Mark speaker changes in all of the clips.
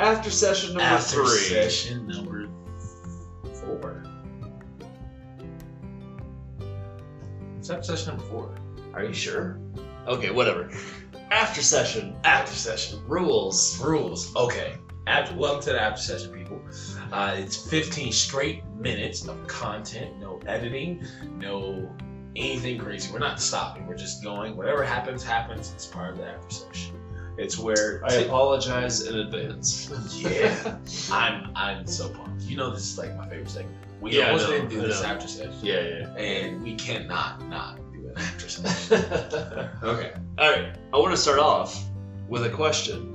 Speaker 1: After session number
Speaker 2: After
Speaker 1: three.
Speaker 2: session number four.
Speaker 3: Is that session number four?
Speaker 1: Are you sure? Okay, whatever. After session
Speaker 2: After session
Speaker 1: rules.
Speaker 2: rules. Okay. After, welcome to the after session, people. Uh, it's 15 straight minutes of content, no editing, no anything crazy. We're not stopping. We're just going. Whatever happens, happens. It's part of the after session. It's where
Speaker 1: I apologize in advance.
Speaker 2: yeah, I'm I'm so pumped. You know, this is like my favorite segment. We
Speaker 1: Yeah, I
Speaker 2: always
Speaker 1: know,
Speaker 2: didn't do
Speaker 1: I
Speaker 2: this
Speaker 1: know.
Speaker 2: after session,
Speaker 1: Yeah,
Speaker 2: and we cannot not do an after session.
Speaker 1: yeah.
Speaker 2: Okay.
Speaker 1: All right, I want to start off with a question.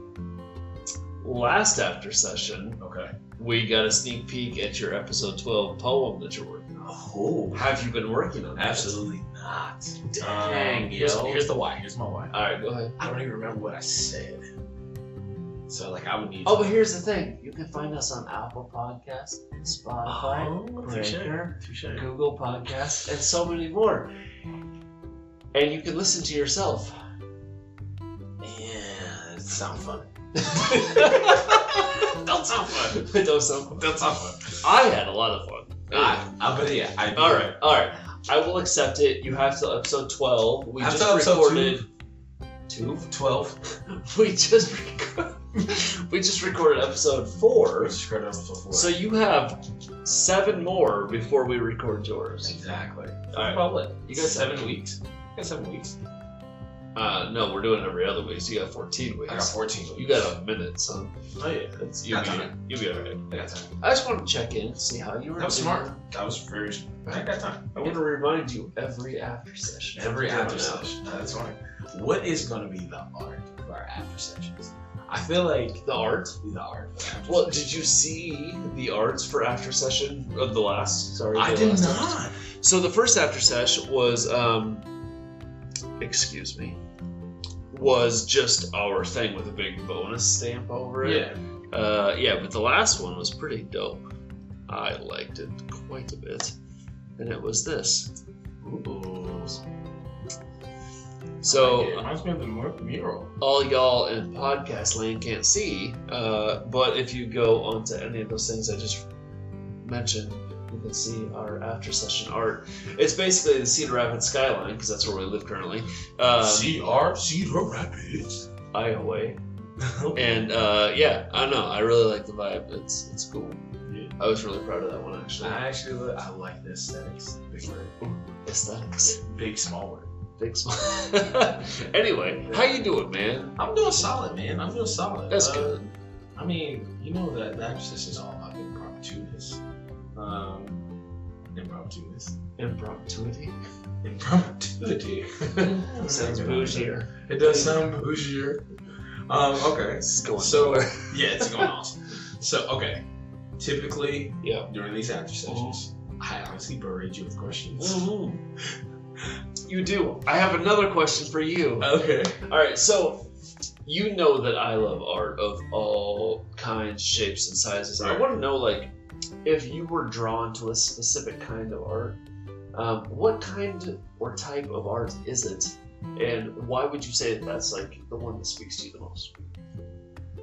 Speaker 1: Last after session,
Speaker 2: Okay.
Speaker 1: we got a sneak peek at your episode 12 poem that you're working on.
Speaker 2: Oh,
Speaker 1: Have you been working on that?
Speaker 2: absolutely not.
Speaker 1: Dang,
Speaker 2: Um, here's,
Speaker 1: yo.
Speaker 2: here's the why. Here's my why.
Speaker 1: All right, go ahead.
Speaker 2: I don't even remember what I said. So like I would need.
Speaker 1: Oh, but here's the thing. You can find us on Apple Podcasts, Spotify,
Speaker 2: Oh,
Speaker 1: Breaker,
Speaker 2: touche.
Speaker 1: Google Podcasts, and so many more. And you can listen to yourself.
Speaker 2: Yeah, it sound fun.
Speaker 1: Don't
Speaker 2: Don't sound fun.
Speaker 1: sound fun.
Speaker 2: Don't sound fun.
Speaker 1: I had a lot of fun.
Speaker 2: I, I, but yeah, I.
Speaker 1: Ah. All right, all right. I will accept it. You have till episode twelve. We
Speaker 2: After
Speaker 1: just
Speaker 2: episode
Speaker 1: recorded two.
Speaker 2: Two twelve.
Speaker 1: We just reco- we just recorded episode four.
Speaker 2: Which is great episode four.
Speaker 1: So you have seven more before we record yours.
Speaker 2: exactly.
Speaker 1: All right.
Speaker 2: About what? You got seven weeks. I got seven weeks.
Speaker 1: Uh, no, we're doing it every other week. So you got fourteen
Speaker 2: I got
Speaker 1: weeks.
Speaker 2: fourteen weeks.
Speaker 1: You got a minute, son.
Speaker 2: Oh yeah.
Speaker 1: That's, you'll, be,
Speaker 2: Got time.
Speaker 1: you'll be all right.
Speaker 2: I got time.
Speaker 1: I just want to check in, see how you were.
Speaker 2: That was
Speaker 1: doing.
Speaker 2: smart. That was very. s- I got time.
Speaker 1: I want to remind you every after session.
Speaker 2: Every
Speaker 1: Every
Speaker 2: after session. That's right. What is going to be the art of our after sessions? I feel like
Speaker 1: The art.
Speaker 2: the art. Of after
Speaker 1: Well, did you see the arts for after session of the last? Sorry,
Speaker 2: I
Speaker 1: the
Speaker 2: did
Speaker 1: last episode?
Speaker 2: not.
Speaker 1: So the first after sesh was, um, excuse me, was just our thing with a big bonus stamp over it.
Speaker 2: Yeah.
Speaker 1: Yeah. Uh, yeah, but the last one was pretty dope. I liked it quite a bit, and it was this.
Speaker 2: Ooh.
Speaker 1: So. uh,
Speaker 2: Like it reminds me of the mur- mural.
Speaker 1: all y'all in podcast land can't see, uh, but if you go onto any of those things I just mentioned, you can see our after session art. It's basically the Cedar Rapids skyline because that's where we live currently, um,
Speaker 2: CR Cedar Rapids.
Speaker 1: Iowa. And uh, yeah, I don't know. I really like the vibe. It's it's cool.
Speaker 2: Yeah.
Speaker 1: I was really proud of that one actually.
Speaker 2: I actually look, I like this aesthetics. Big word.
Speaker 1: Aesthetics,
Speaker 2: Big small word.
Speaker 1: big smile. anyway, how you doing, man?
Speaker 2: I'm doing solid, man. I'm doing solid.
Speaker 1: That's
Speaker 2: Uh,
Speaker 1: good.
Speaker 2: I mean, you know that that just is all about impromptuness. Um, impromptuness.
Speaker 1: Impromptuity
Speaker 2: Impromptuity.
Speaker 1: sounds bougier.
Speaker 2: It does sound bougier. Um, okay.
Speaker 1: It's going
Speaker 2: So-
Speaker 1: nowhere.
Speaker 2: Yeah, it's going awesome. So, okay. Typically,
Speaker 1: Yeah.
Speaker 2: during these after sessions, I honestly buried you with questions.
Speaker 1: You do. I have another question for
Speaker 2: Uh,
Speaker 1: you.
Speaker 2: Okay.
Speaker 1: All right, so you know that I love art of all kinds, shapes, and sizes. I
Speaker 2: Right.
Speaker 1: want to know, like, if you were drawn to a specific kind of art, um, what kind or type of art is it, and why would you say that that's like the one that speaks to you the most?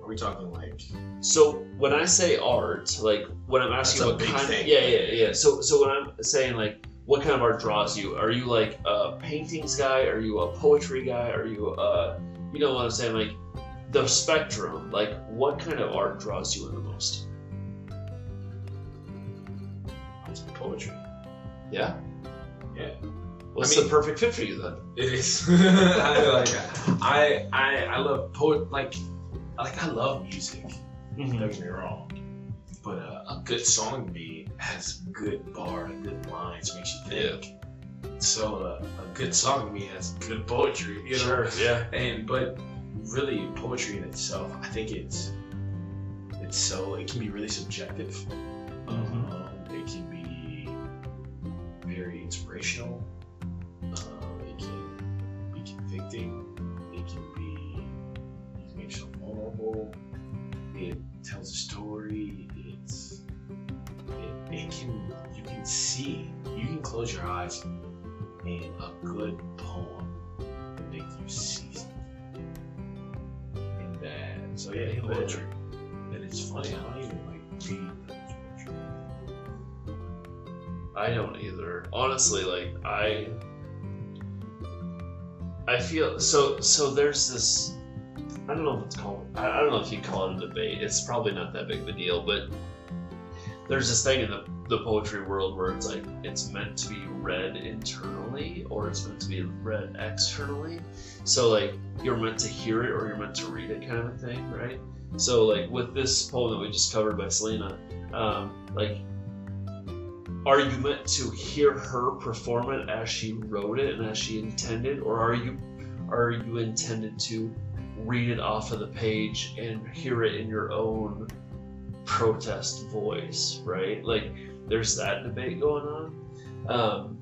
Speaker 2: Are we talking like
Speaker 1: So when I say art, like when I'm asking
Speaker 2: That's a
Speaker 1: what
Speaker 2: big
Speaker 1: kind,
Speaker 2: thing.
Speaker 1: yeah, yeah, yeah. So so when I'm saying like what kind of art draws you, are you like a paintings guy? Are you a poetry guy? Are you uh you know what I'm saying? Like the spectrum. Like what kind of art draws you in the most?
Speaker 2: poetry?
Speaker 1: Yeah.
Speaker 2: Yeah.
Speaker 1: What's
Speaker 2: I mean-
Speaker 1: the perfect fit for you then?
Speaker 2: It is. I like I I I love poet like like I love music. Don't get me wrong, but uh, a good song beat has good bar, good lines, makes you think. So uh, a good song to me has good poetry,
Speaker 1: Mhm.
Speaker 2: you know.
Speaker 1: Yeah.
Speaker 2: And but really, poetry in itself, I think it's it's so it can be really subjective.
Speaker 1: Mm-hmm.
Speaker 2: Um, it can be very inspirational. Um, it can be convicting. It can be you can make yourself vulnerable. It tells a story. It's it, it can you can see you can close your eyes and a good poem will make you see something. And that so yeah,
Speaker 1: Poetry.
Speaker 2: poetry. And It's funny. I don't even like read those poetry.
Speaker 1: I don't either. Honestly, like I I feel so so there's this I don't know if it's called I, I don't know if you call it a debate. It's probably not that big of a deal, but there's this thing in the, the poetry world where it's like it's meant to be read internally or it's meant to be read externally. So like you're meant to hear it or you're meant to read it kind of thing, right? So like with this poem that we just covered by Selena, um, like are you meant to hear her perform it as she wrote it and as she intended or are you are you intended to read it off of the page and hear it in your own protest voice right like there's that debate going on um,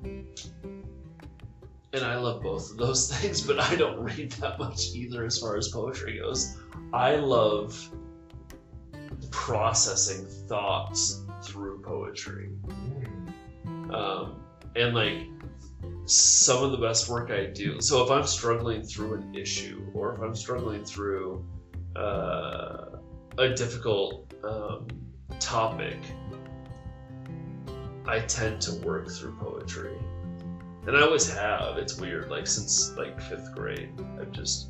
Speaker 1: and i love both of those things but i don't read that much either as far as poetry goes i love processing thoughts through poetry um, and like some of the best work I do. So if I'm struggling through an issue, or if I'm struggling through uh, a difficult um, topic, I tend to work through poetry, and I always have. It's weird, like since like fifth grade, I've just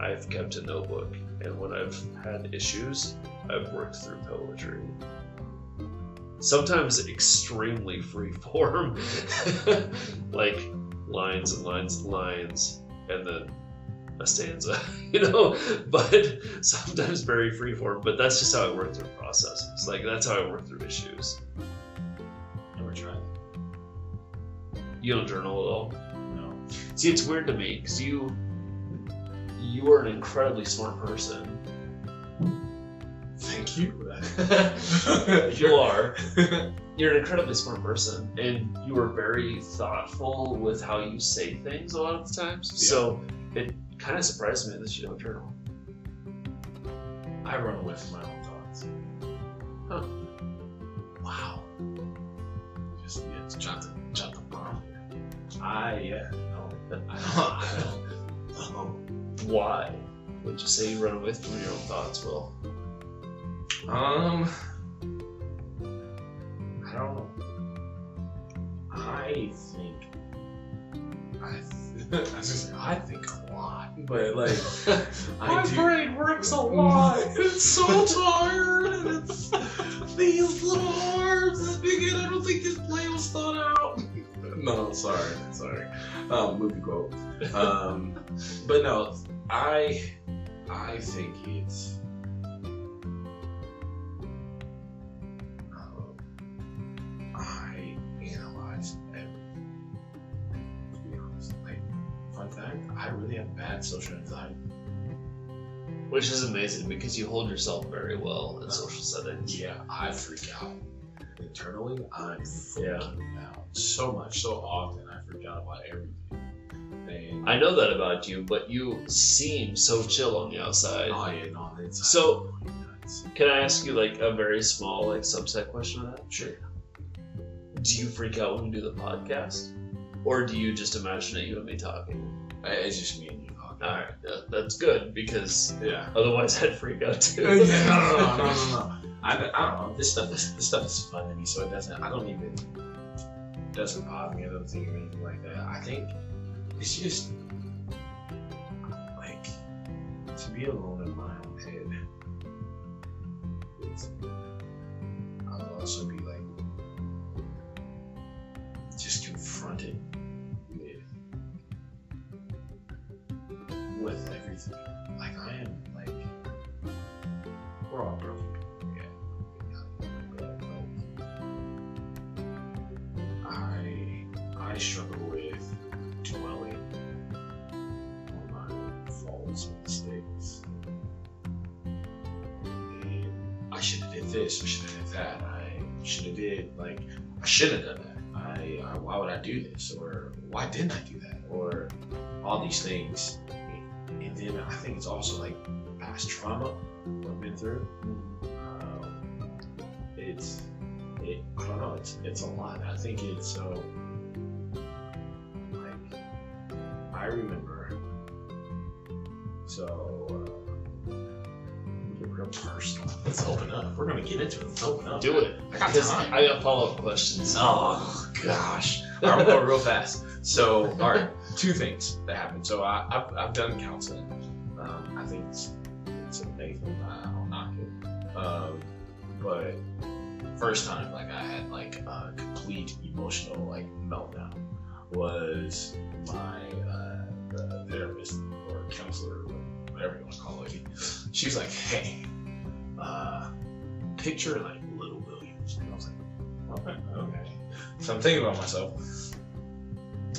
Speaker 1: I've kept a notebook, and when I've had issues, I've worked through poetry sometimes extremely free form like lines and lines and lines and then a stanza you know but sometimes very free form but that's just how i work through processes like that's how i work through issues
Speaker 2: Never tried.
Speaker 1: you don't journal at all
Speaker 2: No.
Speaker 1: see it's weird to me because you you are an incredibly smart person
Speaker 2: Thank you.
Speaker 1: you are you're an incredibly smart person and you are very thoughtful with how you say things a lot of the times
Speaker 2: Yeah.
Speaker 1: so it kind of surprised me that you don't journal
Speaker 2: I run away from my own thoughts.
Speaker 1: Huh.
Speaker 2: Wow. Just yeah, just drop the drop the bomb. I yeah no. I don't. I don't know.
Speaker 1: why would you say you run away from your own thoughts will
Speaker 2: Um, I don't know. I think I, th- I was gonna say, I think a lot, but like I do.
Speaker 1: brain works a
Speaker 2: It's so tired, and it's these little arms. And again, I don't think this play was thought out. No, sorry, sorry. Um, movie quote. Um, but no, I, I think it's. Um, I analyze everything. To be honest, like fun fact, I really have bad social anxiety.
Speaker 1: which is amazing because you hold yourself very well in social settings
Speaker 2: Yeah, I freak out. Internally, I'm
Speaker 1: Yeah.
Speaker 2: freaking out so much, so often. I freak out about everything. And
Speaker 1: i know that about you but you seem so chill on the outside
Speaker 2: oh yeah, no, it's
Speaker 1: So-
Speaker 2: Nuts.
Speaker 1: can i ask you like a very small like subset question of that
Speaker 2: sure.
Speaker 1: do you freak out when we do the podcast or do you just imagine it you and me talking
Speaker 2: I- It's just me and you. talking.
Speaker 1: all right uh, that's good because
Speaker 2: Yeah.
Speaker 1: otherwise i'd freak out
Speaker 2: no,
Speaker 1: too
Speaker 2: no, no, no, no, no, no. I, I don't know. This stuff is this stuff is fun to me, so it doesn't. I don't even. Doesn't bother me. I don't think of anything like that. I think it's just like to be alone in my own head. It's, I'll also be like just confronted with with everything. Like I am like we're all broken. people, Yeah. But, like, I I struggle with dwelling on my faults and mistakes. And I should have did this. I should have did that. I should have did like I shouldn't have done that. I, I why would I do this or why didn't I do that or all these things. And then I think it's also like past trauma I've been through. Um, it's it, I don't know. It's it's a lot. I think it's so. Like I remember. So uh, we were real personal. Let's open up. We're gonna get into it. Let's open up.
Speaker 1: Do it.
Speaker 2: I got
Speaker 1: Because
Speaker 2: time.
Speaker 1: I got follow up questions.
Speaker 2: Oh gosh. All right, I'm going real fast. So, all right, two things that happened. So, I, I've, I've done counseling. Um, I think it's, it's amazing. I- I'll knock it. Um, but first time, like I had like a complete emotional like meltdown was my uh, the therapist or counselor, whatever you want to call it. She was like, "Hey, uh, picture like Little Williams," and I was like, "Okay, okay." So I'm thinking about myself.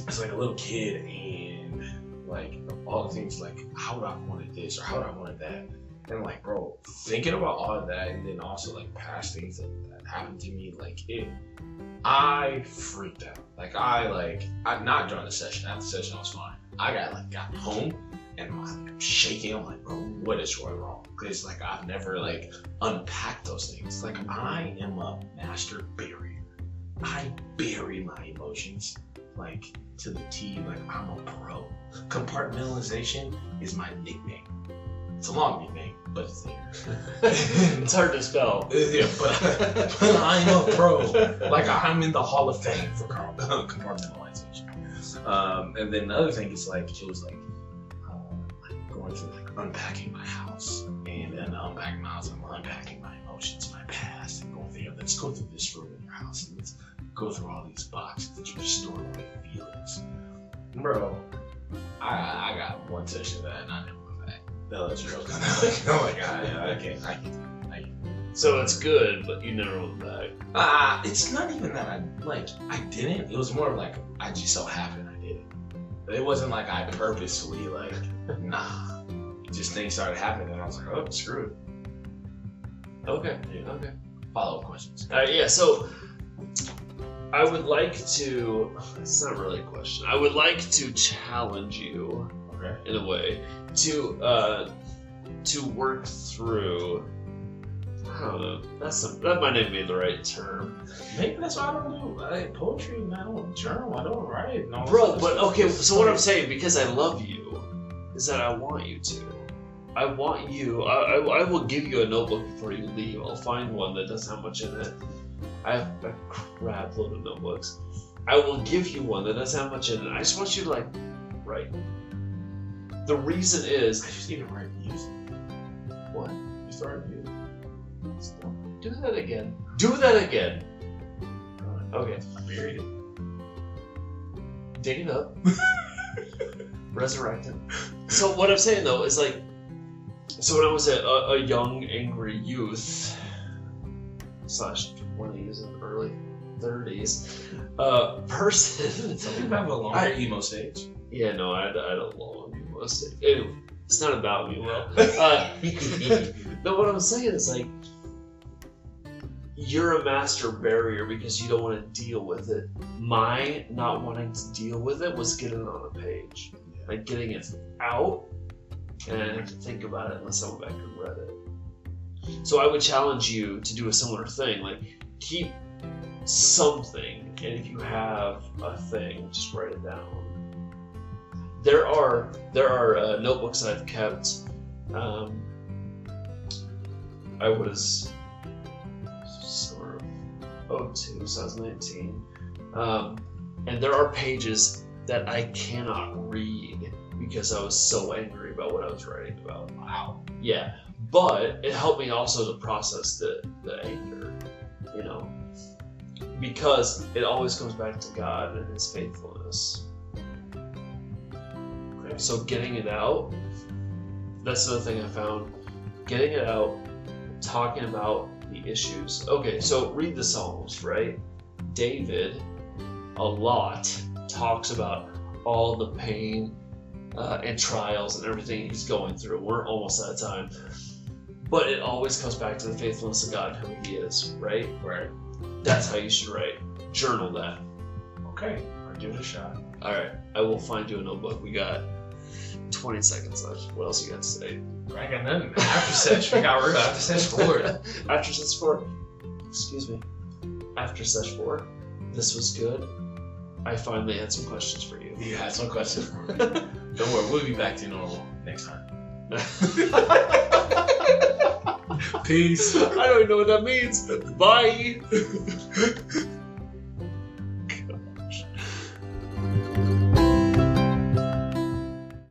Speaker 2: It's like a little kid, and like all the things, like how would I have wanted this or how would I have wanted that? And like, bro, thinking about all of that, and then also like past things that, that happened to me, like it, I freaked out. Like I like, I'm not during the session. After the session, I was fine. I got like got home. And I'm shaking. I'm like, bro, what is going wrong? Because like I've never like unpacked those things. Like I am a master barrier. I bury my emotions like to the T, like I'm a pro. Compartmentalization is my nickname. It's a long nickname, but it's there.
Speaker 1: it's hard to spell.
Speaker 2: yeah, but, but I'm a pro. Like I'm in the Hall of Fame for car- compartmentalization. Um, and then the other thing is like it was like, uh, like going through like unpacking my house and then unpacking my house. I'm unpacking my emotions, my past, and going through. yeah, Let's go through this room in your house and let's go through all these boxes that you store away feelings, bro. I I got one session of that and I never went back. That was real kind of like oh my god, yeah, I can't. I can't. I can't.
Speaker 1: So it's good, but you never went back.
Speaker 2: Uh, it's not even that I like I didn't. It was more of like I just so happened I did it. It wasn't like I purposefully like nah. Just things started happening and I was like, oh screw it.
Speaker 1: Okay.
Speaker 2: Yeah.
Speaker 1: Okay.
Speaker 2: Follow up questions.
Speaker 1: All right, yeah, so I would like to. It's not really a question. I would like to challenge you
Speaker 2: Okay.
Speaker 1: in a way to uh, to work through. I don't know. That's some, that might not be the right term,
Speaker 2: Maybe that's why I don't do I, poetry and I don't journal. I don't write. No,
Speaker 1: bro. But okay, so what I'm saying because I love you is that I want you to. I want you. I, I, I will give you a notebook before you leave. I'll find one that doesn't have much in it. I have a crap load of notebooks. I will give you one that doesn't have much in it. I just want you to like write. The reason
Speaker 2: I
Speaker 1: is
Speaker 2: just need to write music.
Speaker 1: what?
Speaker 2: You started music. Stop.
Speaker 1: Do that again. Do that again. Okay.
Speaker 2: I buried it.
Speaker 1: dig it up, resurrect it. So what I'm saying though is like, so when I was a, a, a young angry youth slash one of these in the early 30s, uh, person.
Speaker 2: Some people have a longer
Speaker 1: I-
Speaker 2: emo stage.
Speaker 1: yeah, no, I, I don't love you most. Anyway, it's not about me, well. Uh, no, what I'm saying is like you're a master barrier because you don't want to deal with it. My not wanting to deal with it was getting it on a page, like getting it out, and I didn't have to think about it unless I went back and read it. So I would challenge you to do a similar thing, like keep something, and if you have a thing, just write it down. There are there are uh, notebooks that I've kept. Um, I was summer of oh, 02, so I was 19. Um, and there are pages that I cannot read because I was so angry about what I was writing about. Wow. Yeah. But it helped me also to process the, the anger, you know, because it always comes back to God and His faithfulness.
Speaker 2: Okay.
Speaker 1: So getting it out, that's another thing I found. Getting it out talking about the issues. Okay, so read the Psalms, right? David, a lot, talks about all the pain uh, and trials and everything he's going through. We're almost out of time. But it always comes back to the faithfulness of God, who he is, right?
Speaker 2: Right.
Speaker 1: That's how you should write. Journal that.
Speaker 2: Okay. I'll give it a shot.
Speaker 1: All right, I will find you a notebook. We got 20 seconds left. What else you got to say?
Speaker 2: I got nothing. After sesh, we got real. After sesh forward.
Speaker 1: After Sesh 4, excuse me. After Sesh 4, this was good. I finally had some questions for you.
Speaker 2: You had some questions for me. Don't worry, we'll be back to normal next time.
Speaker 3: Peace.
Speaker 1: I don't even know what that means. Bye.